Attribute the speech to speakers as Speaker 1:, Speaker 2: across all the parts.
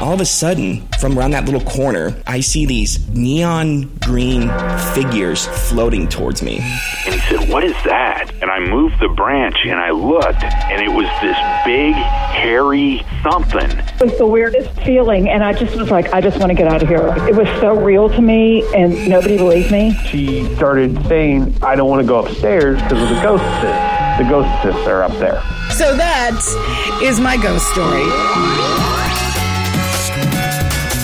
Speaker 1: All of a sudden, from around that little corner, I see these neon green figures floating towards me.
Speaker 2: And he said, What is that? And I moved the branch and I looked, and it was this big, hairy something.
Speaker 3: It was the weirdest feeling, and I just was like, I just want to get out of here. It was so real to me, and nobody believed me.
Speaker 4: She started saying, I don't want to go upstairs because of the ghosts. The ghostess are up there.
Speaker 5: So that is my ghost story.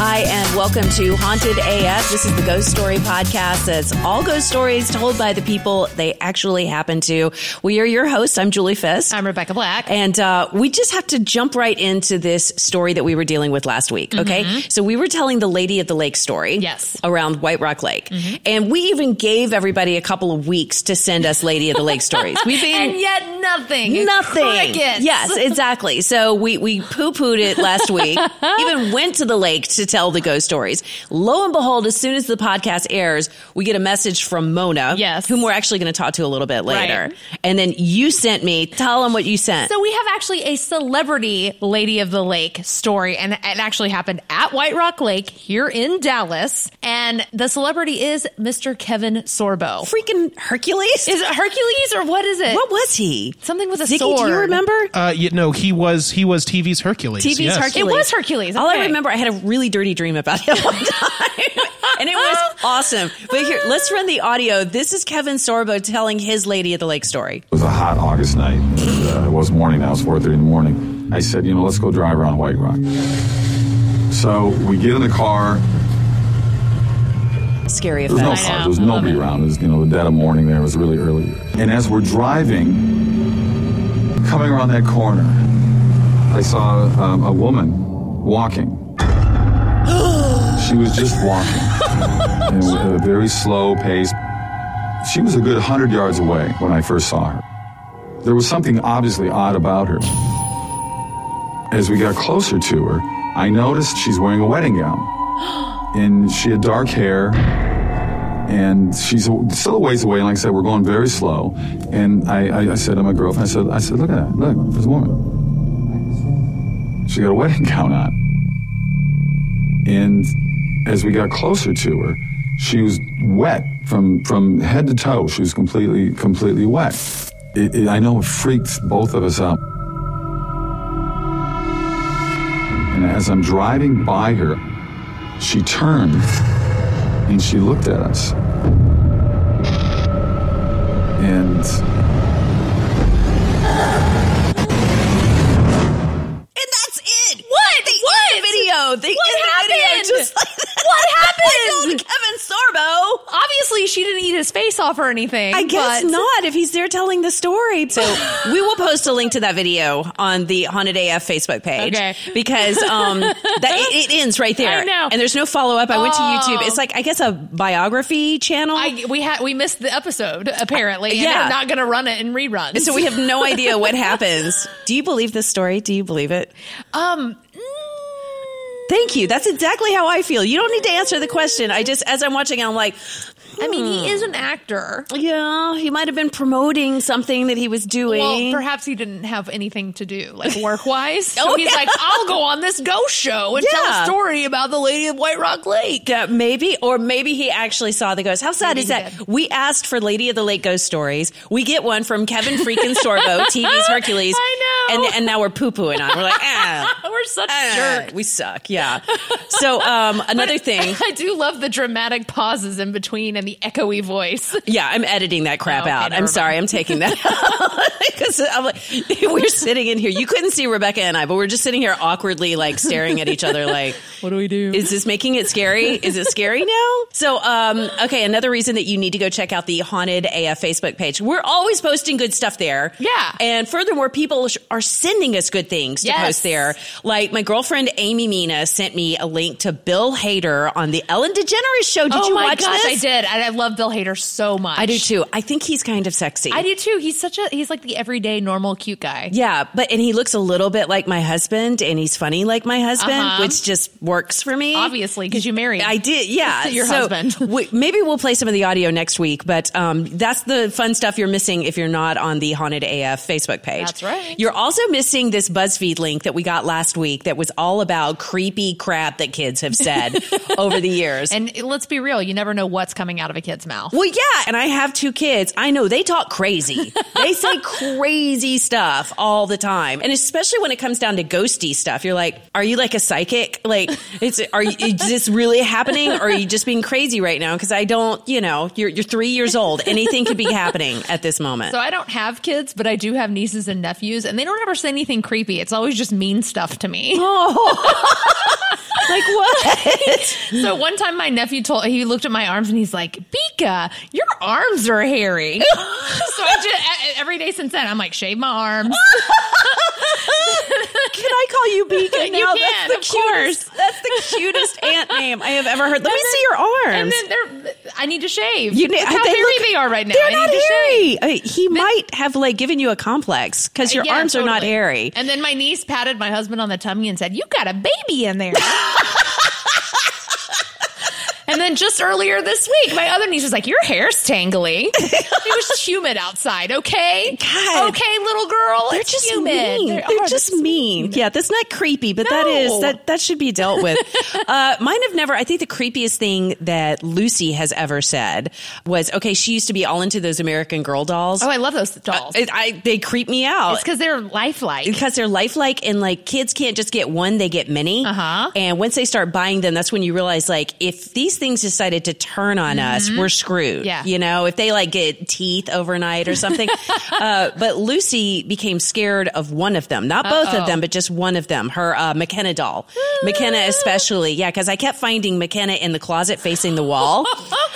Speaker 6: Hi, and welcome to Haunted AF. This is the Ghost Story Podcast. It's all ghost stories told by the people they actually happen to. We are your hosts. I'm Julie Fisk.
Speaker 7: I'm Rebecca Black.
Speaker 6: And uh, we just have to jump right into this story that we were dealing with last week. Okay. So we were telling the Lady at the Lake story.
Speaker 7: Mm-hmm. Yes. Mm-hmm.
Speaker 6: Around White Rock Lake. And we even gave everybody a couple of weeks to send us Lady at the Lake stories. We've been.
Speaker 7: and yet nothing.
Speaker 6: Nothing.
Speaker 7: Crickets.
Speaker 6: Yes, exactly. So we, we poo pooed it last week, even went to the lake to tell the ghost stories. Lo and behold, as soon as the podcast airs, we get a message from Mona,
Speaker 7: Yes.
Speaker 6: whom we're actually going to talk to a little bit
Speaker 7: Right.
Speaker 6: later. And then you sent me, tell them what you sent.
Speaker 7: So we have actually a celebrity Lady of the Lake story, and it actually happened at White Rock Lake here in Dallas. And the celebrity is Mr. Kevin Sorbo.
Speaker 6: Freaking Hercules?
Speaker 7: Is it Hercules or what is it?
Speaker 6: what was he?
Speaker 7: Something with a
Speaker 6: Ziggy,
Speaker 7: sword.
Speaker 6: do you remember?
Speaker 8: Uh, you know, he was he was TV's Hercules.
Speaker 6: TV's
Speaker 8: yes.
Speaker 6: Hercules.
Speaker 7: It was Hercules.
Speaker 6: All I
Speaker 7: okay.
Speaker 6: remember, I had a really dirty dream about him one time. and it was awesome. But here, let's run the audio. This is Kevin Sorbo telling his Lady at the Lake story.
Speaker 9: It was a hot August night. Uh, it was morning now. It's 4.30 in the morning. I said, you know, let's go drive around White Rock. So we get in the car.
Speaker 6: Scary
Speaker 9: There's no
Speaker 6: effect.
Speaker 9: car. There's nobody around. It was, you know, the dead of morning there. It was really early. And as we're driving, coming around that corner, I saw um, a woman walking. she was just walking and at a very slow pace. She was a good 100 yards away when I first saw her. There was something obviously odd about her. As we got closer to her, I noticed she's wearing a wedding gown. And she had dark hair, and she's a- still a ways away. And like I said, we're going very slow. And I, I, I said to my girlfriend, I said, I said, look at that. Look, there's a woman. She got a wedding gown on. And as we got closer to her, she was wet from, from head to toe. She was completely, completely wet. It, it, I know it freaked both of us out. And as I'm driving by her, she turned and she looked at us. And
Speaker 6: And that's it. What? They what? video. They
Speaker 7: What
Speaker 6: end the
Speaker 7: happened?
Speaker 6: video just like that.
Speaker 7: What
Speaker 6: I told
Speaker 7: happened?
Speaker 6: Kevin Sorbo.
Speaker 7: Obviously, she didn't eat his face off or anything.
Speaker 6: I guess
Speaker 7: but-
Speaker 6: not if he's there telling the story. So we will post a link to that video on the Haunted AF Facebook page.
Speaker 7: Okay.
Speaker 6: Because um, that, it, it ends right there.
Speaker 7: I know.
Speaker 6: And there's no follow up. I went to
Speaker 7: Oh.
Speaker 6: YouTube. It's like, I guess, a biography channel.
Speaker 7: I, we had we missed the episode apparently. and
Speaker 6: Yeah.
Speaker 7: they're not going to run it in reruns.
Speaker 6: so we have no idea what happens. Do you believe this story? Do you believe it?
Speaker 7: um.
Speaker 6: Mm. Thank you. That's exactly how I feel. You don't need to answer the question. I just, as I'm watching, I'm like,
Speaker 7: I mean,
Speaker 6: Hmm.
Speaker 7: he is an actor.
Speaker 6: Yeah, he might have been promoting something that he was doing.
Speaker 7: Well, perhaps he didn't have anything to do, like work wise. So
Speaker 6: Oh,
Speaker 7: he's
Speaker 6: yeah.
Speaker 7: like, I'll go on this ghost show and tell
Speaker 6: Yeah.
Speaker 7: a story about the Lady of White Rock Lake.
Speaker 6: Yeah, uh, maybe, or maybe he actually saw the ghost. How sad
Speaker 7: Maybe
Speaker 6: is
Speaker 7: he
Speaker 6: that?
Speaker 7: did.
Speaker 6: We asked for Lady of the Lake ghost stories. We get one from Kevin freaking Sorbo, TV's Hercules.
Speaker 7: I know.
Speaker 6: And, and now we're poo pooing on. it. We're like, ah,
Speaker 7: We're such
Speaker 6: ah,
Speaker 7: jerks.
Speaker 6: we suck. Yeah. So um, another thing,
Speaker 7: I do love the dramatic pauses in between and the echoey voice.
Speaker 6: yeah, I'm editing that crap
Speaker 7: Oh, okay,
Speaker 6: out.
Speaker 7: never
Speaker 6: I'm sorry,
Speaker 7: mind.
Speaker 6: I'm taking that out because I'm like, we're sitting in here. You couldn't see Rebecca and I, but we're just sitting here awkwardly, like staring at each other, like.
Speaker 7: What do we do?
Speaker 6: Is this making it scary? Is it scary now? So, um, okay, another reason that you need to go check out the Haunted AF Facebook page. We're always posting good stuff there.
Speaker 7: Yeah.
Speaker 6: And furthermore, people sh- are sending us good things to
Speaker 7: Yes.
Speaker 6: post there. Like my girlfriend Amy Mina sent me a link to Bill Hader on the Ellen DeGeneres show. Did
Speaker 7: oh
Speaker 6: you
Speaker 7: my
Speaker 6: watch
Speaker 7: gosh,
Speaker 6: this?
Speaker 7: I did. And I love Bill Hader so much.
Speaker 6: I do too. I think he's kind of sexy.
Speaker 7: I do too. He's such a he's like the everyday normal cute guy.
Speaker 6: Yeah, but and he looks a little bit like my husband, and he's funny like my husband,
Speaker 7: Uh-huh.
Speaker 6: which just works for me.
Speaker 7: Obviously, because you married.
Speaker 6: I did, yeah.
Speaker 7: Your
Speaker 6: So,
Speaker 7: husband.
Speaker 6: we- maybe we'll play some of the audio next week, but um, that's the fun stuff you're missing if you're not on the Haunted AF Facebook page.
Speaker 7: That's right.
Speaker 6: You're also missing this BuzzFeed link that we got last week that was all about creepy crap that kids have said over the years.
Speaker 7: And let's be real, you never know what's coming out of a kid's mouth.
Speaker 6: Well, yeah, and I have two kids. I know they talk crazy. they say crazy stuff all the time, and especially when it comes down to ghosty stuff. You're like, are you like a psychic? Like, it's are you, is this really happening, or are you just being crazy right now? Because I don't, you know, you're you're three years old. Anything could be happening at this moment.
Speaker 7: So I don't have kids, but I do have nieces and nephews, and they don't ever say anything creepy. It's always just mean stuff to me.
Speaker 6: Oh. like what?
Speaker 7: So one time my nephew told he looked at my arms and he's like, "Bika, your arms are hairy." so I just e- every day since then I'm like, "Shave my arms."
Speaker 6: Can I call you Beacon now?
Speaker 7: You
Speaker 6: That's
Speaker 7: can,
Speaker 6: the
Speaker 7: of
Speaker 6: cutest.
Speaker 7: course.
Speaker 6: That's the cutest aunt name I have ever heard. Let me see your arms.
Speaker 7: And then they're I need to shave.
Speaker 6: You
Speaker 7: You
Speaker 6: know,
Speaker 7: know how
Speaker 6: they
Speaker 7: hairy
Speaker 6: look-
Speaker 7: they are right now.
Speaker 6: They're
Speaker 7: I
Speaker 6: not
Speaker 7: need to shave.
Speaker 6: hairy. I mean, he might have like given you a complex because your
Speaker 7: Yeah,
Speaker 6: arms are not
Speaker 7: totally.
Speaker 6: hairy.
Speaker 7: And then my niece patted my husband on the tummy and said, "You got a baby in there." and then just earlier this week, my other niece was like, "Your hair's tangly." it was humid outside. Okay,
Speaker 6: God.
Speaker 7: okay, little girl,
Speaker 6: They're
Speaker 7: it's
Speaker 6: just
Speaker 7: humid.
Speaker 6: mean.
Speaker 7: They
Speaker 6: They're,
Speaker 7: are.
Speaker 6: just mean. Yeah, that's not creepy, but that is
Speaker 7: No.
Speaker 6: that that should be dealt with. uh, mine have never. I think the creepiest thing that Lucy has ever said was, "Okay, she used to be all into those American Girl dolls."
Speaker 7: Oh, I love those dolls.
Speaker 6: It- I, they creep me out.
Speaker 7: it's because they're lifelike.
Speaker 6: because they're lifelike and like kids can't just get one, they get many.
Speaker 7: Uh-huh.
Speaker 6: And once they start buying them, that's when you realize like if these things decided to turn on us, we're screwed.
Speaker 7: Mm-hmm. Yeah.
Speaker 6: You know, if they like get teeth overnight or something. uh, but Lucy became scared of one of them, not both of them, but just one of them, her uh, McKenna doll. McKenna
Speaker 7: Ah.
Speaker 6: especially. Yeah. Cause I kept finding McKenna in the closet facing the wall.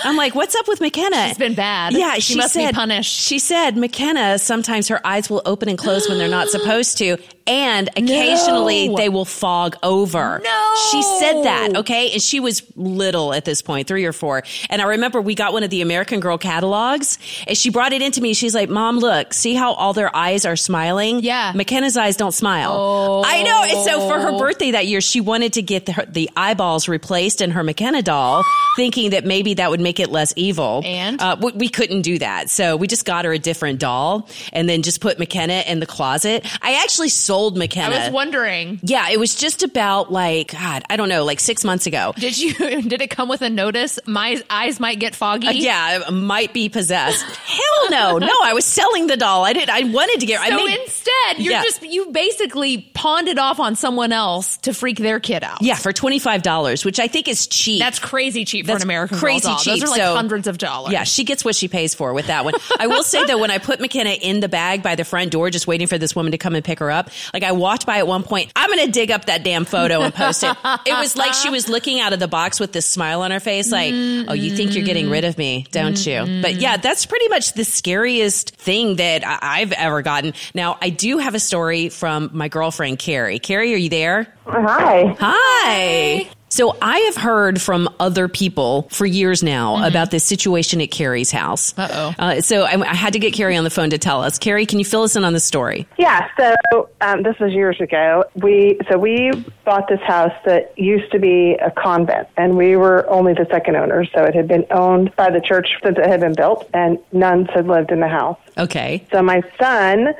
Speaker 6: I'm like, what's up with McKenna?
Speaker 7: She's been bad.
Speaker 6: Yeah,
Speaker 7: She must be
Speaker 6: said,
Speaker 7: punished.
Speaker 6: She said McKenna sometimes her eyes will open and close when they're not supposed to, and occasionally they will fog over.
Speaker 7: No.
Speaker 6: she said that. Okay, and she was little at this point, three or four. And I remember we got one of the American Girl catalogs, and she brought it into me. She's like, "Mom, look, see how all their eyes are smiling?
Speaker 7: Yeah. Oh.
Speaker 6: McKenna's eyes don't smile. I know. And so for her birthday that year, she wanted to get the, her, the eyeballs replaced in her McKenna doll, thinking that maybe that would make it less evil.
Speaker 7: And?
Speaker 6: Uh, we, we couldn't do that. So we just got her a different doll and then just put McKenna in the closet. I actually sold
Speaker 7: I
Speaker 6: McKenna.
Speaker 7: was wondering,
Speaker 6: yeah, it was just about like, God, I don't know, like six months ago.
Speaker 7: did you did it come with a notice? My eyes might get foggy.
Speaker 6: Uh, yeah, I might be possessed. Hell no, no! I was selling the doll. I did. I wanted to get. I
Speaker 7: So
Speaker 6: made,
Speaker 7: instead, you're
Speaker 6: Yeah.
Speaker 7: just you basically pawned it off on someone else to freak their kid out.
Speaker 6: yeah for twenty five dollars, which I think is cheap.
Speaker 7: That's crazy cheap
Speaker 6: That's
Speaker 7: for an American
Speaker 6: crazy
Speaker 7: Girl doll.
Speaker 6: cheap.
Speaker 7: Those are like
Speaker 6: So-
Speaker 7: hundreds of dollars.
Speaker 6: Yeah, she gets what she pays for with that one. I will say though, when I put McKenna in the bag by the front door, just waiting for this woman to come and pick her up, like I walked by at one point, I'm gonna dig up that damn photo and post it. It was like she was looking out of the box with this smile on her face, like, oh, you think you're getting rid of me, don't you? But yeah, that's pretty much the scariest thing that I- I've ever gotten. Now, I do have a story from my girlfriend, Carrie. Carrie, are you there?
Speaker 3: Hi.
Speaker 6: Hi. So I have heard from other people for years now about this situation at Carrie's house.
Speaker 7: Uh-oh.
Speaker 6: Uh, so I, I had to get Carrie on the phone to tell us. Carrie, can you fill us in on the story?
Speaker 3: Yeah, so um, this was years ago. We so we bought this house that used to be a convent, and we were only the second owners. So it had been owned by the church since it had been built, and nuns had lived in the house.
Speaker 6: Okay.
Speaker 3: So my son,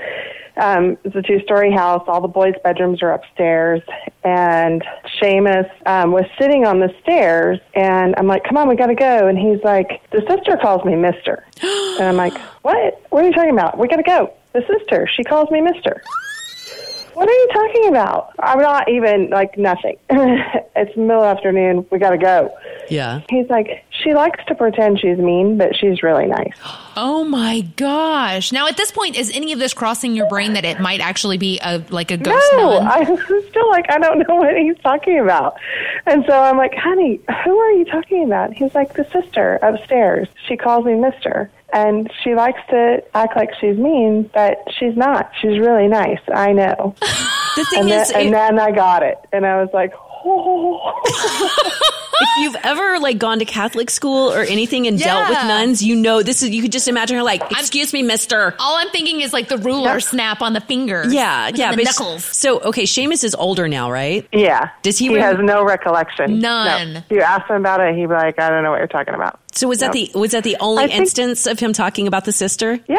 Speaker 3: um, it's a two-story house. All the boys' bedrooms are upstairs, and Seamus um, was sitting on the stairs, and I'm like, "Come on, we gotta go." And he's like, "The sister calls me Mister," and I'm like, "What? What are you talking about? We gotta go." The sister, she calls me Mister. What are you talking about? I'm not even like nothing. it's middle afternoon. We gotta go.
Speaker 6: Yeah.
Speaker 3: He's like, she likes to pretend she's mean, but she's really nice.
Speaker 7: Oh my gosh. Now at this point, is any of this crossing your brain that it might actually be a like a ghost
Speaker 3: No,
Speaker 7: nun?
Speaker 3: I was still like, I don't know what he's talking about. And so I'm like, honey, who are you talking about? He's like, the sister upstairs. She calls me mister. And she likes to act like she's mean, but she's not. She's really nice. I know.
Speaker 6: The thing
Speaker 3: And then,
Speaker 6: is,
Speaker 3: and
Speaker 6: it-
Speaker 3: then I got it. And I was like, oh.
Speaker 6: if you've ever like gone to Catholic school or anything and dealt with
Speaker 7: Yeah.
Speaker 6: nuns, you know this is. You could just imagine her like, "Excuse me, Mister."
Speaker 7: All I'm thinking is like the ruler snap on the fingers.
Speaker 6: Yeah,
Speaker 7: With
Speaker 6: yeah.
Speaker 7: The
Speaker 6: but-
Speaker 7: knuckles.
Speaker 6: So okay, Seamus is older now, right?
Speaker 3: Yeah.
Speaker 6: Does he
Speaker 3: He
Speaker 6: rem-
Speaker 3: has no recollection.
Speaker 7: None.
Speaker 3: No. You ask him about it, he'd be like, I don't know what you're talking about.
Speaker 6: So was
Speaker 3: No.
Speaker 6: that the was that the only
Speaker 3: I think-
Speaker 6: instance of him talking about the sister?
Speaker 3: Yeah,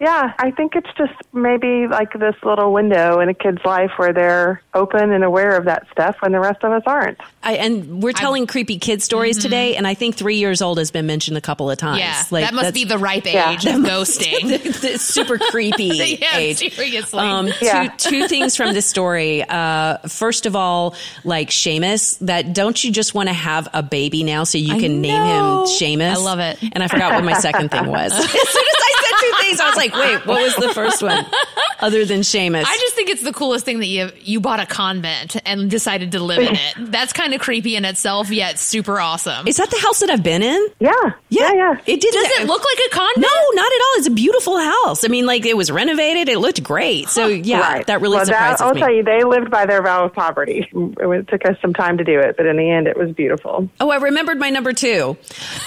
Speaker 3: yeah. I think it's just maybe like this little window in a kid's life where they're open and aware of that stuff when the rest of us aren't.
Speaker 6: I, and we're telling creepy kid stories today, and I think three years old has been mentioned a couple of times.
Speaker 7: Mm-hmm. Yeah.
Speaker 6: Like,
Speaker 7: that must
Speaker 6: that's-
Speaker 7: be the ripe age
Speaker 3: Yeah.
Speaker 7: of ghosting.
Speaker 6: the super creepy
Speaker 7: Yeah,
Speaker 6: age.
Speaker 7: seriously.
Speaker 6: Um,
Speaker 3: Yeah.
Speaker 6: two, two things from this story. Uh, first of all, like Seamus, that don't you just want to have a baby now so you
Speaker 7: I
Speaker 6: can name him
Speaker 7: know.
Speaker 6: Seamus?
Speaker 7: I love it.
Speaker 6: And I forgot what my second thing was. as soon as I said two things, I was like, wait, what was the first one? Other than Seamus.
Speaker 7: I just think it's the coolest thing that you you bought a convent and decided to live in it. That's kind of creepy in itself, yet super awesome.
Speaker 6: is that the house that I've been in?
Speaker 3: Yeah, yeah, yeah.
Speaker 6: It didn't.
Speaker 7: Does it look like a convent?
Speaker 6: No, not at all. It's a beautiful house. I mean, like it was renovated. It looked great. So yeah,
Speaker 3: Right.
Speaker 6: that really
Speaker 3: well,
Speaker 6: surprises
Speaker 3: that, I'll
Speaker 6: me.
Speaker 3: tell you, they lived by their vow of poverty. It was- took us some time to do it, but in the end, it was beautiful.
Speaker 6: Oh, I remembered my number two.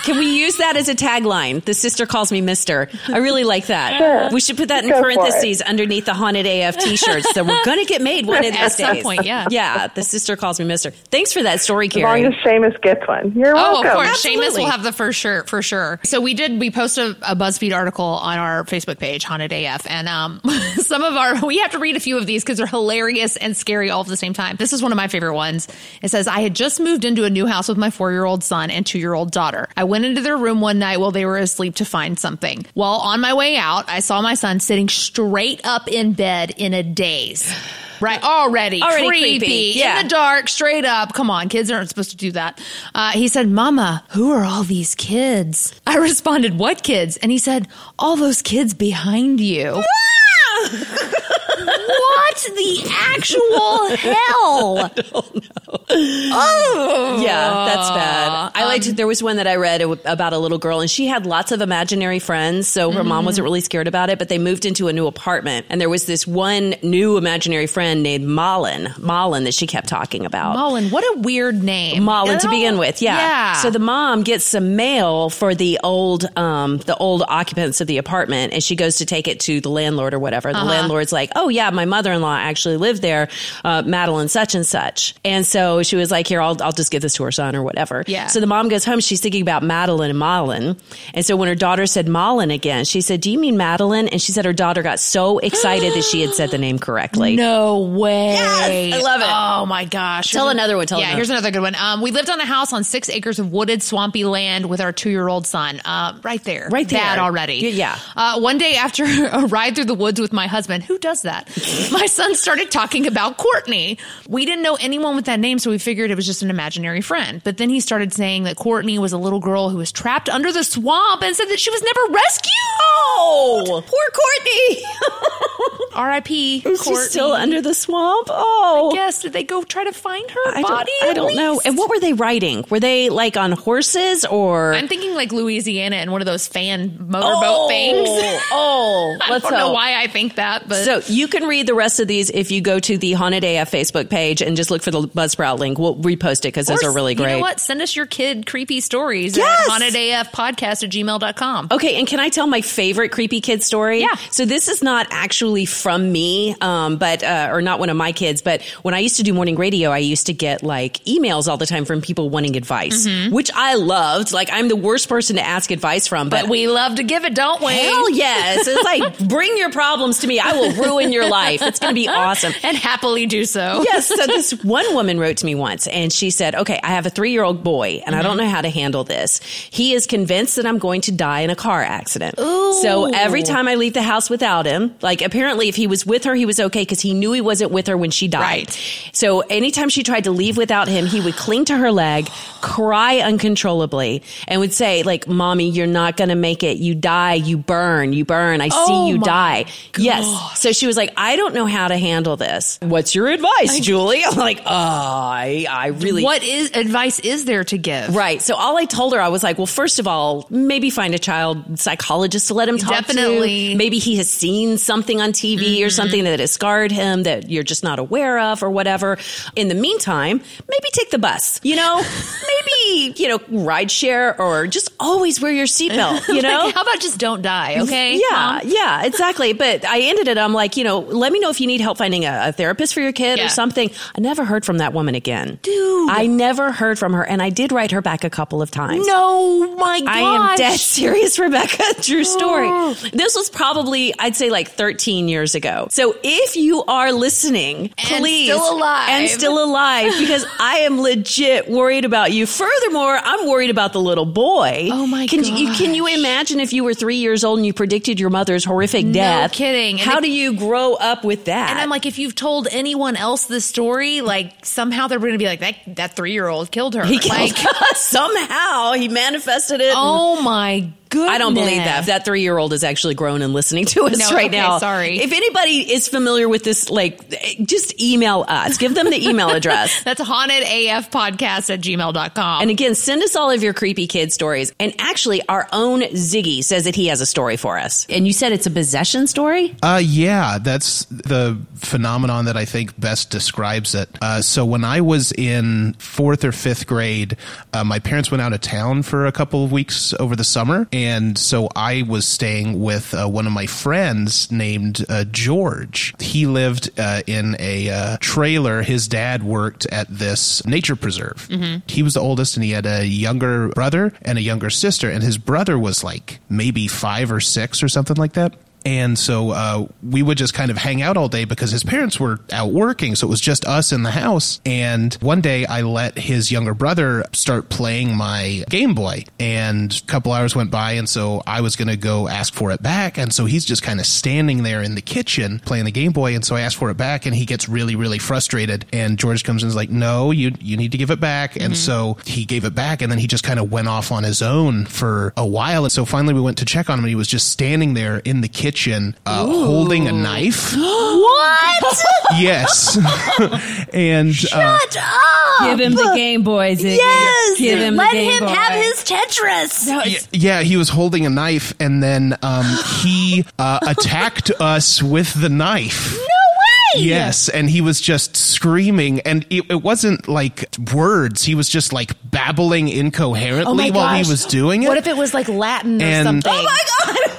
Speaker 6: Can we use that as a tagline? The sister calls me Mister. I really like that. We should put that in
Speaker 3: Go for it.
Speaker 6: parentheses underneath the haunted AF T-shirts that we're gonna get made one of these
Speaker 7: At some
Speaker 6: days.
Speaker 7: point, yeah.
Speaker 6: yeah. The sister calls me Mister. Thanks for that story,
Speaker 3: As long
Speaker 6: Carrie.
Speaker 3: as Seamus gets one, you're
Speaker 7: Oh,
Speaker 3: welcome.
Speaker 7: of course.
Speaker 6: Absolutely.
Speaker 7: Seamus will have the first shirt for sure. So we did, we posted a BuzzFeed article on our Facebook page, Haunted AF. And um, some of our, we have to read a few of these because they're hilarious and scary all at the same time. This is one of my favorite ones. It says, I had just moved into a new house with my four year old son and two year old daughter. I went into their room one night while they were asleep to find something. While on my way out, I saw my son sitting straight up in bed in a daze. Right, already,
Speaker 6: Already
Speaker 7: creepy,
Speaker 6: creepy,
Speaker 7: in
Speaker 6: yeah.
Speaker 7: the dark, straight up. Come on, kids aren't supposed to do that. Uh, he said, Mama, who are all these kids? I responded, What kids? And he said, All those kids behind you. what the actual hell? Oh.
Speaker 6: Yeah, that's bad. I liked. There was one that I read about a little girl, and she had lots of imaginary friends, so her mom wasn't really scared about it. But they moved into a new apartment, and there was this one new imaginary friend named Malin, Malin that she kept talking about.
Speaker 7: Mullen, what a weird name.
Speaker 6: Mullen to
Speaker 7: It'll-
Speaker 6: begin with, yeah.
Speaker 7: Oh, Yeah.
Speaker 6: So the mom gets some mail for the old, um, the old occupants of the apartment, and she goes to take it to the landlord or whatever. The
Speaker 7: Uh-huh.
Speaker 6: landlord's like, "Oh yeah, my mother-in-law actually lived there, uh, Madeline such and such." And so she was like, "Here, I'll, I'll just give this to her son or whatever."
Speaker 7: Yeah.
Speaker 6: So the mom goes home. She's thinking about Madeline and Malin, and so when her daughter said Malin again, she said, "Do you mean Madeline?" And she said her daughter got so excited that she had said the name correctly.
Speaker 7: No way.
Speaker 6: Yes, I love it.
Speaker 7: Oh my gosh.
Speaker 6: Tell
Speaker 7: Here's
Speaker 6: another one, tell
Speaker 7: yeah,
Speaker 6: another
Speaker 7: here's another good one. Um, we lived on a house on six acres of wooded, swampy land with our two year old son. Uh, right there.
Speaker 6: Right there.
Speaker 7: Bad already.
Speaker 6: Y- yeah.
Speaker 7: Uh, one day after a ride through the woods with my husband, who does that? my son started talking about Courtney. We didn't know anyone with that name, so we figured it was just an imaginary friend. But then he started saying that Courtney was a little girl who was trapped under the swamp and said that she was never rescued.
Speaker 6: Oh, poor Courtney.
Speaker 7: R.I.P.
Speaker 6: Is she
Speaker 7: Courtney.
Speaker 6: still under the swamp? Oh.
Speaker 7: Yes, did they go try to find her
Speaker 6: I don't,
Speaker 7: body?
Speaker 6: I
Speaker 7: at
Speaker 6: don't know.
Speaker 7: least?
Speaker 6: And what were they riding? Were they like on horses or
Speaker 7: I'm thinking like Louisiana and one of those fan motorboat
Speaker 6: Oh,
Speaker 7: things.
Speaker 6: Oh,
Speaker 7: I
Speaker 6: let's
Speaker 7: don't know
Speaker 6: hope.
Speaker 7: why I think that, but
Speaker 6: So you can read the rest of these if you go to the Haunted AF Facebook page and just look for the Buzzsprout link. We'll repost it because those
Speaker 7: Or
Speaker 6: are
Speaker 7: s-
Speaker 6: really great.
Speaker 7: You know what? Send us your kid creepy stories
Speaker 6: Yes!
Speaker 7: at hauntedaffpodcast at gmail.com.
Speaker 6: Okay, and can I tell my favorite creepy kid story?
Speaker 7: Yeah.
Speaker 6: So this is not actually from me, um, but uh, or not one of my kids. But when I used to do morning radio, I used to get like emails all the time from people wanting advice,
Speaker 7: Mm-hmm.
Speaker 6: which I loved. Like I'm the worst person to ask advice from, but,
Speaker 7: But we love to give it, don't we?
Speaker 6: Hell yes. It's like, bring your problems to me. I will ruin your life. It's going to be awesome.
Speaker 7: And happily do so.
Speaker 6: Yes. So this one woman wrote to me once and she said, okay, I have a three year old boy and I don't know how to handle this. He is convinced that I'm going to die in a car accident. So every time I leave the house without him, like apparently if he was with her, he was okay because he knew he wasn't with her when she died.
Speaker 7: Right.
Speaker 6: So anytime she tried to leave without him, he would cling to her leg, cry uncontrollably and would say like, mommy, you're not going to make it. You die. You burn. You burn. I
Speaker 7: Oh
Speaker 6: see you
Speaker 7: my
Speaker 6: die. Yes. So she was like, I don't know how to handle this. What's your advice, Julie? I'm like, oh, I, I really.
Speaker 7: What is advice is there to give?
Speaker 6: Right. So all I told her, I was like, well, first of all, maybe find a child psychologist to let him talk
Speaker 7: Definitely.
Speaker 6: to. Maybe he has seen something on TV or something that has scarred him that you're just not aware of or whatever. In the meantime, maybe take the bus. You know, maybe maybe, you know, rideshare or just always wear your seatbelt, you know?
Speaker 7: How about just don't die? Okay.
Speaker 6: Yeah, yeah, exactly. But I ended it. I'm like, you know, let me know if you need help finding a, a therapist for your kid
Speaker 7: Yeah.
Speaker 6: or something. I never heard from that woman again, dude. I never heard from her, and I did write her back a couple of times.
Speaker 7: No, my gosh. Oh.
Speaker 6: I am dead serious, Rebecca. True story. This was probably, I'd say, like 13 years ago. So if you are listening,
Speaker 7: And
Speaker 6: please
Speaker 7: still alive.
Speaker 6: and still alive, because I am legit worried about you. Furthermore, I'm worried about the little boy.
Speaker 7: Oh my
Speaker 6: can You, can you
Speaker 7: gosh.
Speaker 6: imagine if you were three years old and you predicted your mother's horrific death?
Speaker 7: kidding. And
Speaker 6: How
Speaker 7: it-
Speaker 6: do you grow up with that?
Speaker 7: And I'm like, if you've told anyone else this story, like somehow they're going to be like, that that three year old killed her.
Speaker 6: he killed-
Speaker 7: like,
Speaker 6: somehow he manifested it. and-
Speaker 7: oh my goodness.
Speaker 6: I don't believe that. If that three year old is actually grown and listening to us
Speaker 7: No,
Speaker 6: right
Speaker 7: okay,
Speaker 6: now.
Speaker 7: sorry.
Speaker 6: If anybody is familiar with this, like, just email us. Give them the email address.
Speaker 7: That's hauntedafpodcast at gmail.com.
Speaker 6: And again, send us all of your creepy kid stories. And actually, our own Ziggy says that he has a story for us. And you said it's a possession story?
Speaker 9: Uh, yeah, that's the phenomenon that I think best describes it. Uh, so when I was in fourth or fifth grade, uh, my parents went out of town for a couple of weeks over the summer, and so I was staying with uh, one of my friends named uh, George. He lived uh, in a uh, trailer. His dad worked at this nature preserve.
Speaker 7: Mm-hmm.
Speaker 9: He was the oldest, and he had a younger brother and a younger sister, and his brother was like maybe five or six or something like that. And so uh, we would just kind of hang out all day because his parents were out working. So it was just us in the house. And one day I let his younger brother start playing my Game Boy. And a couple hours went by. And so I was going to go ask for it back. And so he's just kind of standing there in the kitchen playing the Game Boy. And so I asked for it back. And he gets really, really frustrated. And George comes in and is like, no, you, you need to give it back. And so he gave it back. And then he just kind of went off on his own for a while. And so finally we went to check on him. And he was just standing there in the kitchen uh, holding a knife.
Speaker 7: what?
Speaker 9: yes. and uh,
Speaker 10: Give him the Game Boy, Ziggy.
Speaker 7: Yes!
Speaker 10: Give him
Speaker 7: Let
Speaker 10: the Game
Speaker 7: him
Speaker 10: Boy.
Speaker 7: have his
Speaker 10: Tetris.
Speaker 9: y- yeah, he was holding a knife. And then um, he uh, attacked us with the knife.
Speaker 7: No way!
Speaker 9: Yes, and he was just screaming, and it, it wasn't like words. He was just like babbling incoherently while he was doing it.
Speaker 7: What if it was like Latin or
Speaker 9: And-
Speaker 7: something?
Speaker 9: Oh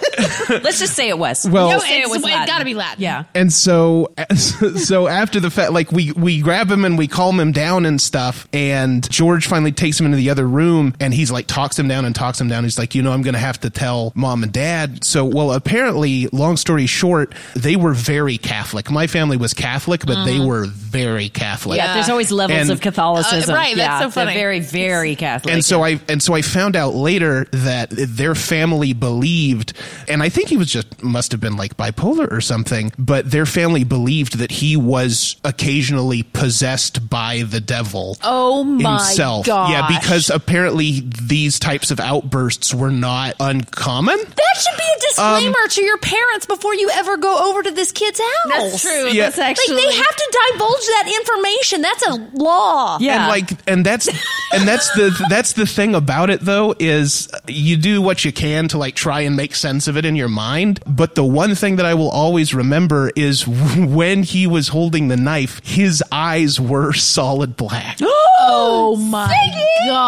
Speaker 6: Let's just say it was.
Speaker 9: Well-
Speaker 6: Let's say it
Speaker 7: It's-
Speaker 6: was
Speaker 7: it's
Speaker 6: Latin.
Speaker 7: gotta be Latin.
Speaker 6: Yeah.
Speaker 9: and so so after the fact like we we grab him and we calm him down and stuff and george finally takes him into the other room and he's like talks him down and talks him down he's like you know i'm gonna have to tell mom and dad so well apparently long story short they were very catholic my family was catholic but they were very catholic
Speaker 10: Yeah, there's always levels
Speaker 9: And-
Speaker 10: of Catholicism.
Speaker 7: Uh, right,
Speaker 10: yeah,
Speaker 7: that's so funny.
Speaker 10: They're very, very Catholic.
Speaker 9: and so I and so I found out later that their family believed, and I think he was just must have been like bipolar or something. But their family believed that he was occasionally possessed by the devil.
Speaker 7: Oh my
Speaker 9: himself. Yeah,
Speaker 7: gosh.
Speaker 9: because apparently these types of outbursts were not uncommon.
Speaker 7: That should be a
Speaker 9: Um,
Speaker 7: disclaimer to your parents before you ever go over to this kid's house.
Speaker 10: That's true.
Speaker 9: Yeah.
Speaker 10: That's actually.
Speaker 7: Like they have to divulge that information. That's a law.
Speaker 10: Yeah.
Speaker 9: And like and that's and that's the that's the thing about it though is you do what you can to like try and make sense of it in your mind but the one thing that I will always remember is when he was holding the knife his eyes were solid black.
Speaker 7: Oh my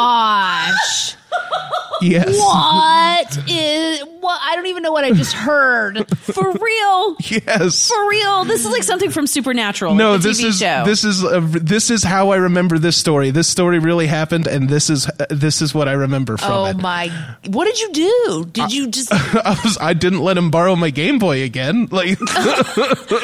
Speaker 7: gosh.
Speaker 9: yes.
Speaker 7: What is what I don't even know what I just heard. For real.
Speaker 9: Yes.
Speaker 7: For real. This
Speaker 6: This is like something from Supernatural.
Speaker 9: No,
Speaker 6: like the
Speaker 9: this
Speaker 6: TV
Speaker 9: is
Speaker 6: show.
Speaker 9: this is a, this is how I remember this story. This story really happened, and this is uh, this is what I remember from
Speaker 7: Oh
Speaker 9: it.
Speaker 7: my what did you do?
Speaker 9: Uh,
Speaker 7: Did you just
Speaker 9: I, was, I didn't let him borrow my Game Boy again. Like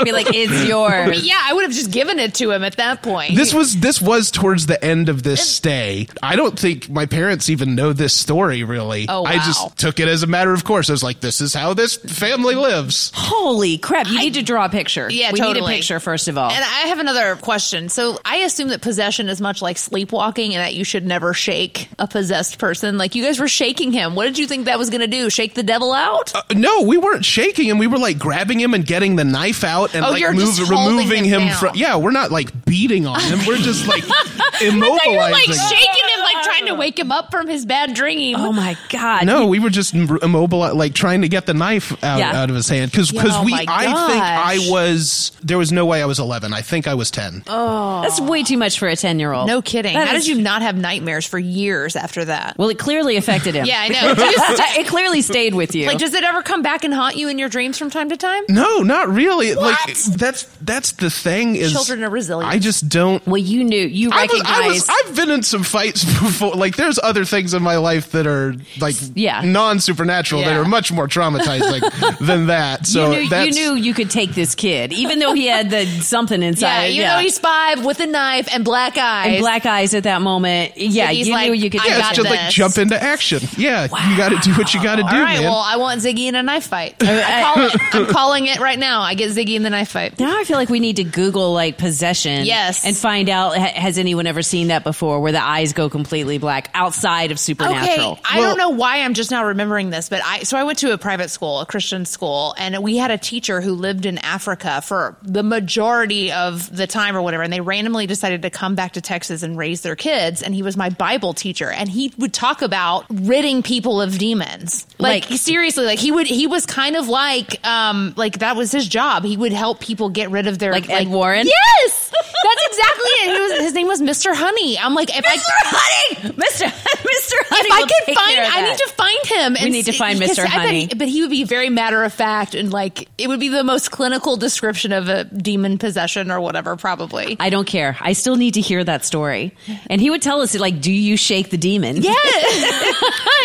Speaker 6: be like, it's yours.
Speaker 7: Yeah, I would have just given it to him at that point.
Speaker 9: This was this was towards the end of this stay. I don't think my parents even know this story really.
Speaker 7: Oh,
Speaker 9: I
Speaker 7: wow.
Speaker 9: just took it as a matter of course. I was like, this is how this family lives.
Speaker 6: Holy crap. You need to draw a picture.
Speaker 7: Yeah,
Speaker 6: we need
Speaker 7: totally.
Speaker 6: a picture, first of all.
Speaker 7: And I have another question. So I assume that possession is much like sleepwalking and that you should never shake a possessed person. Like you guys were shaking him. What did you think that was going to do? Shake the devil out?
Speaker 9: Uh, No, we weren't shaking him. We were like grabbing him and getting the knife out and
Speaker 7: Oh,
Speaker 9: like
Speaker 7: you're
Speaker 9: move,
Speaker 7: just holding
Speaker 9: removing
Speaker 7: him
Speaker 9: him
Speaker 7: down.
Speaker 9: from. Yeah, we're not like beating on him. We're just like
Speaker 7: I thought you were
Speaker 9: immobilizing.
Speaker 7: like shaking him, like trying trying to wake him up from his bad dream.
Speaker 6: Oh my god!
Speaker 9: Uh, No, we were just immobile, like trying to get the knife out,
Speaker 6: Yeah.
Speaker 9: out of his hand because
Speaker 7: Oh
Speaker 9: we.
Speaker 7: my
Speaker 9: I think
Speaker 7: gosh.
Speaker 9: I was. There was no way I was eleven. I think I was ten.
Speaker 6: That's way too much for a ten year old.
Speaker 7: No kidding.
Speaker 6: That
Speaker 7: How
Speaker 6: is-
Speaker 7: did you not have nightmares for years after that?
Speaker 10: Well, it clearly affected him.
Speaker 7: Yeah, I know. Do you st-
Speaker 10: it clearly stayed with you.
Speaker 7: like, does it ever come back and haunt you in your dreams from time to time?
Speaker 9: No, not really. Like that's that's the thing is
Speaker 7: Children are resilient.
Speaker 9: I just don't.
Speaker 10: well, you knew you
Speaker 9: I was,
Speaker 10: recognized.
Speaker 9: I was, I've been in some fights before. Like, there's other things in my life that are like,
Speaker 10: Yeah.
Speaker 9: non supernatural that
Speaker 7: Yeah.
Speaker 9: are much more traumatizing than that. So
Speaker 10: you, knew, you
Speaker 9: that's
Speaker 10: knew you could take this kid, even though he had the something
Speaker 7: Yeah,
Speaker 10: inside.
Speaker 7: you know he's five with a knife and black eyes.
Speaker 10: and black eyes at that moment. Yeah,
Speaker 7: And he's
Speaker 10: you
Speaker 7: like,
Speaker 10: knew you could.
Speaker 7: I
Speaker 10: take
Speaker 9: yeah,
Speaker 10: it.
Speaker 9: it's
Speaker 7: got
Speaker 9: just like
Speaker 7: this.
Speaker 9: jump into action. Yeah, you got to do what you got to do,
Speaker 7: All right,
Speaker 9: man.
Speaker 7: well, I want Ziggy in a knife fight. I call it, I'm calling it right now. I get Ziggy in the knife fight.
Speaker 10: Now I feel like we need to Google like possession.
Speaker 7: Yes.
Speaker 10: And find out ha- has anyone ever seen that before where the eyes go completely black outside of supernatural?
Speaker 7: Okay, I don't know why I'm just now remembering this, but I so I went to a private school, a Christian school, and we had a teacher who lived in Africa for the majority of the time or whatever, and they randomly decided to come back to Texas and raise their kids, and he was my Bible teacher, and he would talk about ridding people of demons. Like,
Speaker 10: Like-
Speaker 7: seriously, like he would he was kind of like um like that was his job. He would help people get rid of their
Speaker 10: Like Ed Warren?
Speaker 7: Yes. That's exactly it. He was, his name was Mr. Honey. I'm like if I
Speaker 10: Honey! Mr. Mr. Honey.
Speaker 7: if I
Speaker 10: will
Speaker 7: could
Speaker 10: take
Speaker 7: find,
Speaker 10: care of
Speaker 7: I
Speaker 10: that.
Speaker 7: need to find him. We
Speaker 10: need to find Mr. Honey.
Speaker 7: but he would be very matter of fact and like it would be the most clinical description of a demon possession or whatever, probably.
Speaker 10: I don't care. I still need to hear that story. And he would tell us, like, do you shake the demon? Yeah.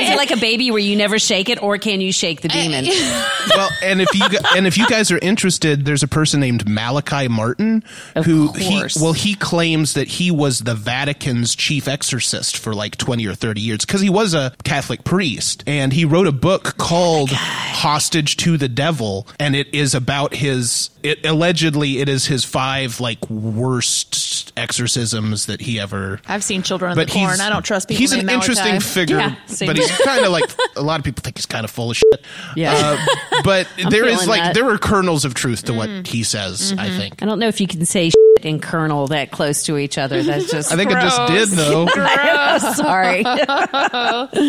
Speaker 10: Is it like a baby where you never shake it, or can you shake the demon?
Speaker 9: well, and if you gu- and if you guys are interested, there's a person named Malachi Martin who he
Speaker 10: course.
Speaker 9: well he claims that he was the Vatican's chief exorcist for like 20 or 30 years cuz he was a Catholic priest and he wrote a book called Hostage to the Devil and it is about his it allegedly it is his five like worst exorcisms that he ever
Speaker 7: I've seen children in
Speaker 9: but
Speaker 7: the corn.
Speaker 9: he's-
Speaker 7: I don't trust people.
Speaker 9: He's
Speaker 7: named
Speaker 9: an interesting
Speaker 7: Malachi.
Speaker 9: figure,
Speaker 10: Yeah, same.
Speaker 9: but he's kind of like a lot of people think he's kind of full of shit.
Speaker 10: Yeah.
Speaker 9: Uh, but there is
Speaker 10: feeling
Speaker 9: like
Speaker 10: that.
Speaker 9: there are kernels of truth to what he says. I think.
Speaker 10: I don't know if you can say and kernel that close to each other. That's just.
Speaker 9: I think I just did
Speaker 7: Gross.
Speaker 9: though.
Speaker 10: I'm sorry.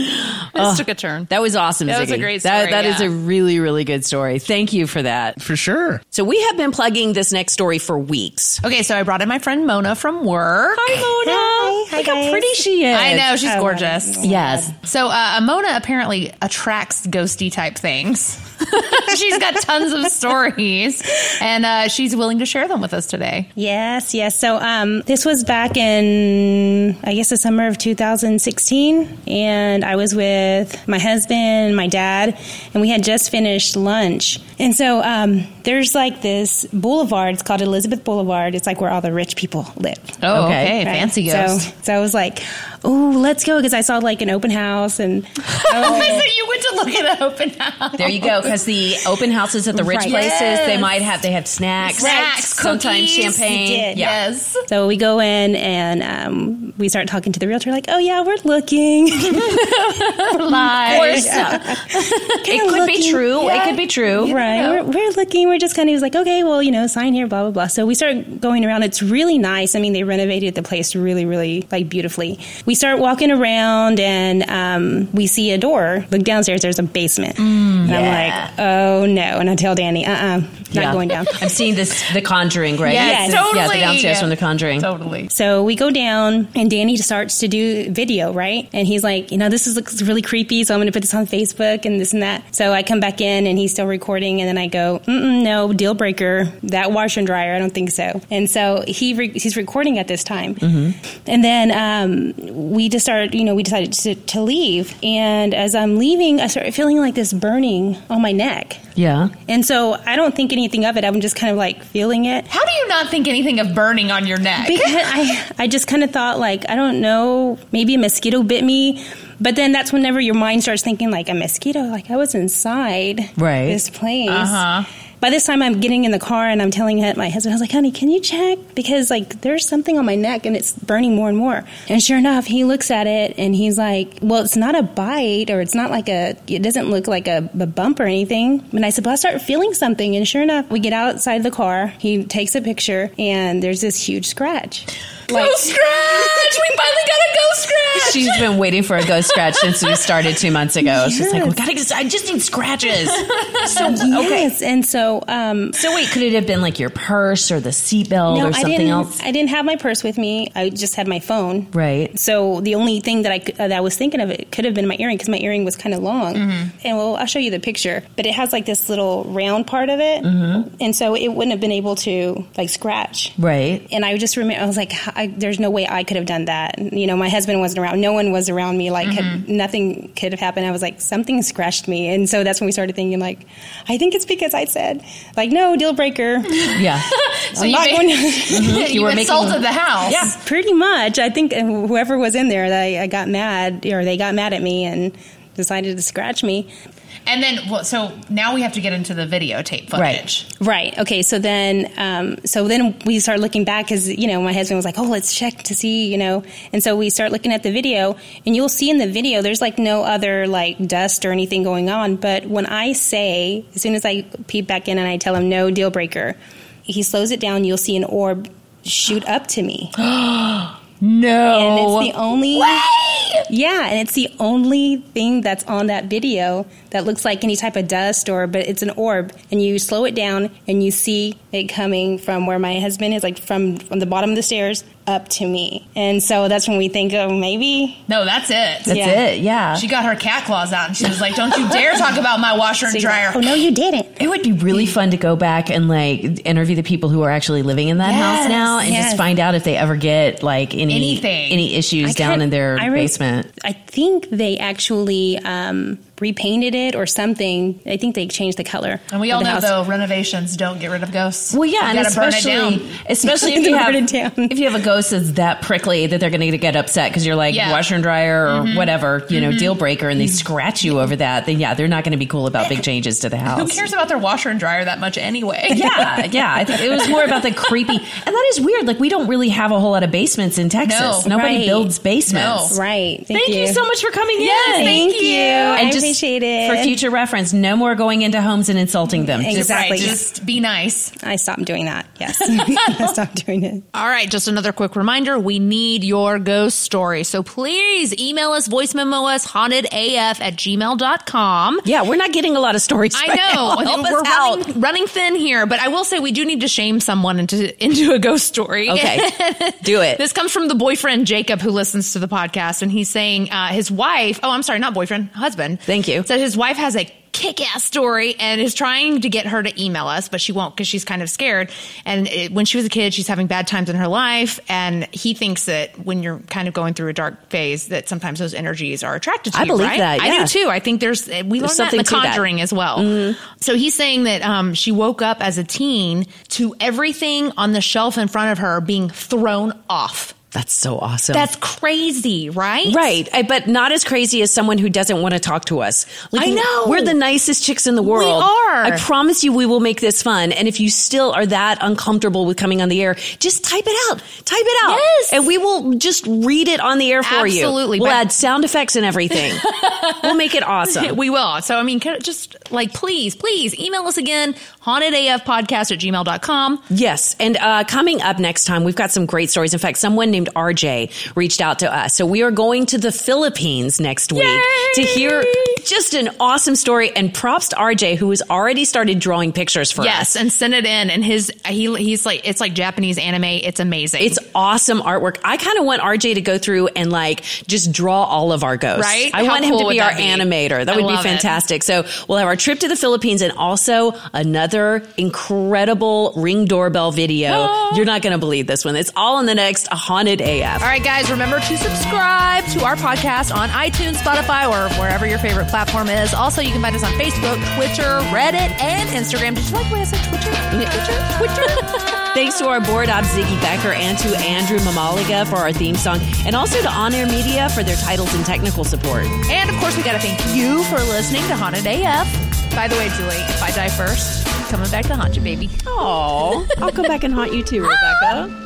Speaker 7: This took a turn.
Speaker 10: That was awesome.
Speaker 7: That was a
Speaker 10: Ziggy.
Speaker 7: great
Speaker 10: That,
Speaker 7: story,
Speaker 10: that is
Speaker 7: yeah.
Speaker 10: a really, really good story. Thank you for that.
Speaker 9: For sure.
Speaker 6: So we have been plugging this next story for weeks.
Speaker 7: Okay, so I brought in my friend Mona from work.
Speaker 10: Hi, Mona. Look how pretty she is.
Speaker 7: I know she's gorgeous.
Speaker 10: Yes.
Speaker 7: So uh, Mona apparently attracts ghosty type things. she's got tons of stories, and uh, she's willing to share them with us today.
Speaker 5: Yes, yes. So um, this was back in, I guess, the summer of 2016. And I was with my husband, my dad, and we had just finished lunch. And so um, there's like this boulevard. It's called Elizabeth Boulevard. It's like where all the rich people live.
Speaker 7: Oh,
Speaker 10: Okay.
Speaker 7: okay,
Speaker 5: Right?
Speaker 7: fancy ghost.
Speaker 5: So, so I was like, oh, let's go. Because I saw like an open house. And
Speaker 7: I said you went to look at open house.
Speaker 6: There you go. Because the open houses at the rich
Speaker 5: Right.
Speaker 6: places, they
Speaker 7: Yes.
Speaker 6: might have they have snacks,
Speaker 7: Snacks,
Speaker 6: sometimes
Speaker 7: cookies.
Speaker 6: champagne.
Speaker 5: They did.
Speaker 6: Yeah.
Speaker 7: Yes.
Speaker 5: so we go in and um, we start talking to the realtor, like, oh, yeah, we're looking.
Speaker 7: Lies.
Speaker 6: It could be true. It could be true.
Speaker 5: Right. We're, we're looking. We're just kind of, he was like, okay, well, you know, sign here, blah, blah, blah. So we start going around. It's really nice. I mean, they renovated the place really, really, like, beautifully. We start walking around and um, we see a door. Look downstairs, there's a basement. and I'm like, oh, no. And I tell Danny, uh uh not
Speaker 6: Yeah.
Speaker 5: going down.
Speaker 6: I'm seeing this The Conjuring, right?
Speaker 7: Yes,
Speaker 6: Yeah, the
Speaker 7: totally.
Speaker 6: downstairs from The Conjuring.
Speaker 7: Totally.
Speaker 5: So we go down, and Danny starts to do video, right? And he's like, you know, this is, looks really creepy, so I'm going to put this on Facebook and this and that. So I come back in, and he's still recording, and then I go, Mm-mm, no, deal breaker, that washer and dryer, I don't think so. And so he re- he's recording at this time, and then um, we just started, you know, we decided to, to leave, and as I'm leaving, I started feeling like this burning on my neck.
Speaker 10: Yeah.
Speaker 5: And so I don't think anything of it. I'm just kind of like feeling it.
Speaker 7: How do you not think anything of burning on your neck?
Speaker 5: Because I, I just kind of thought like I don't know, maybe a mosquito bit me. But then that's whenever your mind starts thinking like a mosquito, like I was inside
Speaker 10: Right.
Speaker 5: this place. By this time, I'm getting in the car and I'm telling him- my husband, I was like, honey, can you check? Because, like, there's something on my neck and it's burning more and more. And sure enough, he looks at it and he's like, well, it's not a bite or it's not like a, it doesn't look like a, a bump or anything. And I said, well, I start feeling something. And sure enough, we get outside the car. He takes a picture and there's this huge scratch. Like,
Speaker 6: Ghost scratch! We finally got a ghost scratch! She's been waiting for a ghost scratch since we started two months ago. She's like, we gotta, get- I just need scratches. So, okay.
Speaker 5: yes, and so um,
Speaker 6: So wait, could it have been like your purse or the seatbelt or
Speaker 5: I
Speaker 6: something
Speaker 5: didn't.
Speaker 6: else?
Speaker 5: I didn't have my purse with me. I just had my phone.
Speaker 6: Right.
Speaker 5: So the only thing that I could- that I was thinking of it could have been my earring because my earring was kind of long.
Speaker 6: Mm-hmm.
Speaker 5: And well, I'll show you the picture, but it has like this little round part of it,
Speaker 6: Mm-hmm.
Speaker 5: and so it wouldn't have been able to like scratch.
Speaker 6: Right.
Speaker 5: And I just remember I was like, I, "There's no way I could have done that." You know, my husband wasn't around. No one was around me. Like had,
Speaker 7: Mm-hmm.
Speaker 5: nothing could have happened. I was like, something scratched me, and so that's when we started thinking like, I think it's because I said like, no deal breaker.
Speaker 6: Yeah.
Speaker 7: So
Speaker 5: I'm
Speaker 7: you
Speaker 5: not
Speaker 7: made-
Speaker 5: going mm-hmm,
Speaker 7: Mhm. You You were making- insulted the house.
Speaker 5: Yeah, pretty much. I think whoever was in there, they, I got mad, or they got mad at me and decided to scratch me.
Speaker 7: And then, well, so now we have to get into the videotape footage.
Speaker 5: Right. Okay. So then, um, so then we start looking back because you know my husband was like, "Oh, let's check to see," you know, and so we start looking at the video, and you'll see in the video there's like no other like dust or anything going on. But when I say, as soon as I peep back in and I tell him no deal breaker, he slows it down. You'll see an orb shoot up to me.
Speaker 6: No.
Speaker 5: And it's the only Oh. Yeah, and it's the only thing that's on that video that looks like any type of dust or but it's an orb and you slow it down and you see it coming from where my husband is like from from the bottom of the stairs up to me. And so that's when we think oh maybe
Speaker 7: No, that's it.
Speaker 5: That's Yeah. it, yeah.
Speaker 7: She got her cat claws out and she was like, "Don't you dare talk about my washer and dryer."
Speaker 5: no, you didn't.
Speaker 6: It would be really fun to go back and like interview the people who are actually living in that house
Speaker 5: Yes,
Speaker 6: now and
Speaker 5: yes.
Speaker 6: just find out if they ever get like any
Speaker 5: Anything.
Speaker 6: any issues
Speaker 5: I
Speaker 6: down
Speaker 5: can't-
Speaker 6: in their
Speaker 5: I re-
Speaker 6: basement.
Speaker 5: I think they actually um, repainted it or something. I think they changed the color.
Speaker 7: And we
Speaker 5: of
Speaker 7: all
Speaker 5: the
Speaker 7: know
Speaker 5: house.
Speaker 7: though renovations don't get rid of ghosts.
Speaker 6: Well, yeah,
Speaker 7: you
Speaker 6: and
Speaker 7: gotta burn it
Speaker 6: especially
Speaker 7: down.
Speaker 6: especially if you have if you have a ghost that's that prickly that they're going to get upset because you're like
Speaker 7: Yeah.
Speaker 6: washer and dryer or
Speaker 7: Mhm.
Speaker 6: whatever you know
Speaker 7: Mhm.
Speaker 6: deal breaker and they scratch you over that then yeah they're not going to be cool about big changes to the
Speaker 7: Who
Speaker 6: house.
Speaker 7: cares about their washer and dryer that much anyway?
Speaker 6: yeah, yeah. I think it was more about the creepy, and that is weird. Like we don't really have a whole lot of basements in Texas.
Speaker 5: No.
Speaker 6: Nobody
Speaker 5: Right.
Speaker 6: builds basements.
Speaker 5: No. Right.
Speaker 6: Thank, you. so much for coming
Speaker 5: Yes,
Speaker 6: in.
Speaker 5: thank Thank you. you. I appreciate it.
Speaker 6: For future reference, no more going into homes and insulting them. Just-
Speaker 5: Exactly.
Speaker 7: be nice.
Speaker 5: I stopped doing that. Yes. I stopped doing it.
Speaker 7: All right, just another quick reminder. We need your ghost story. So please email us, voice memo us, hauntedaf at gmail.com.
Speaker 6: Yeah, we're not getting a lot of stories.
Speaker 7: I
Speaker 6: right
Speaker 7: know.
Speaker 6: now. Help us
Speaker 7: we're
Speaker 6: out.
Speaker 7: running, running thin here, but I will say we do need to shame someone into into a ghost story.
Speaker 6: Okay. Do it.
Speaker 7: This comes from the boyfriend Jacob who listens to the podcast, and he's saying uh, his wife. Oh, I'm sorry, not boyfriend, husband. Thank you. Said his wife has a kick-ass story and is trying to get her to email us, but she won't because she's kind of scared. And it, when she was a kid, she's having bad times in her life, and he thinks that when you're kind of going through a dark phase, that sometimes those energies are attracted to
Speaker 6: I
Speaker 7: you.
Speaker 6: believe
Speaker 7: right?
Speaker 6: that,
Speaker 7: I
Speaker 6: yeah.
Speaker 7: do too. I think there's we learned
Speaker 6: There's
Speaker 7: that in
Speaker 6: something
Speaker 7: the
Speaker 6: to that. Mm-hmm.
Speaker 7: Conjuring as well. So he's saying that um, she woke up as a teen to everything on the shelf in front of her being thrown off.
Speaker 6: That's so awesome.
Speaker 7: That's crazy, right?
Speaker 6: Right. I, but not as crazy as someone who doesn't want to talk to us.
Speaker 7: I know.
Speaker 6: We're the nicest chicks in the world.
Speaker 7: are.
Speaker 6: I promise you we will make this fun. And if you still are that uncomfortable with coming on the air, just type it out. Type it out.
Speaker 7: Yes.
Speaker 6: And we will just read it on the air for you.
Speaker 7: Absolutely.
Speaker 6: We'll
Speaker 7: But-
Speaker 6: add sound effects and everything. we'll make it awesome.
Speaker 7: We will. So, I mean, could- just like, please, please email us again, hauntedafpodcast at gmail.com.
Speaker 6: Yes. And uh, coming up next time, we've got some great stories. In fact, someone named RJ reached out to us. So we are going to the Philippines next week to hear just an awesome story. And props to RJ, who has already started drawing pictures for us.
Speaker 7: yes, and send it in. And his, he, he's like, it's like Japanese anime. It's amazing.
Speaker 6: It's awesome artwork. I kind of want RJ to go through and like just draw all of our ghosts.
Speaker 7: Right?
Speaker 6: I
Speaker 7: How
Speaker 6: want
Speaker 7: cool
Speaker 6: him to
Speaker 7: would
Speaker 6: be our
Speaker 7: that be?
Speaker 6: animator. That
Speaker 7: I
Speaker 6: would be
Speaker 7: love it.
Speaker 6: fantastic. So we'll have our trip to the Philippines and also another incredible ring doorbell video. You're not going to believe this one. It's all in the next Haunted AF.
Speaker 7: All right, guys, remember to subscribe to our podcast on iTunes, Spotify, or wherever your favorite platform is. Also, you can find us on Facebook, Twitter, Reddit, and Instagram. Did you like what I said? Twitter? Twitter? Twitter?
Speaker 6: Thanks to our board op Ziggy Becker and to Andrew Mamaliga for our theme song, and also to On Air Media for their titles and technical support.
Speaker 7: and of course, we got to thank you for listening to Haunted AF. By the way, Julie, if I die first, coming back to haunt you, baby.
Speaker 6: Oh, I'll come back and haunt you too, Rebecca.